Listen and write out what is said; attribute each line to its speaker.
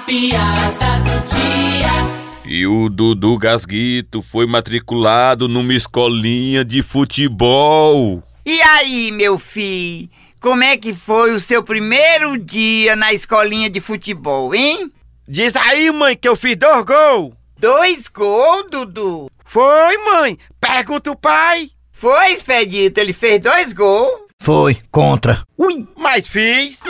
Speaker 1: piada do dia.
Speaker 2: E o Dudu Gasguito foi matriculado numa escolinha de futebol.
Speaker 3: E aí, meu filho? Como é que foi o seu primeiro dia na escolinha de futebol, hein?
Speaker 4: Diz aí, mãe, que eu fiz dois gols.
Speaker 3: Dois gols, Dudu?
Speaker 4: Foi, mãe. Pergunta o pai.
Speaker 3: Foi, Expedito, ele fez dois gols.
Speaker 5: Foi, contra.
Speaker 4: Mas fiz.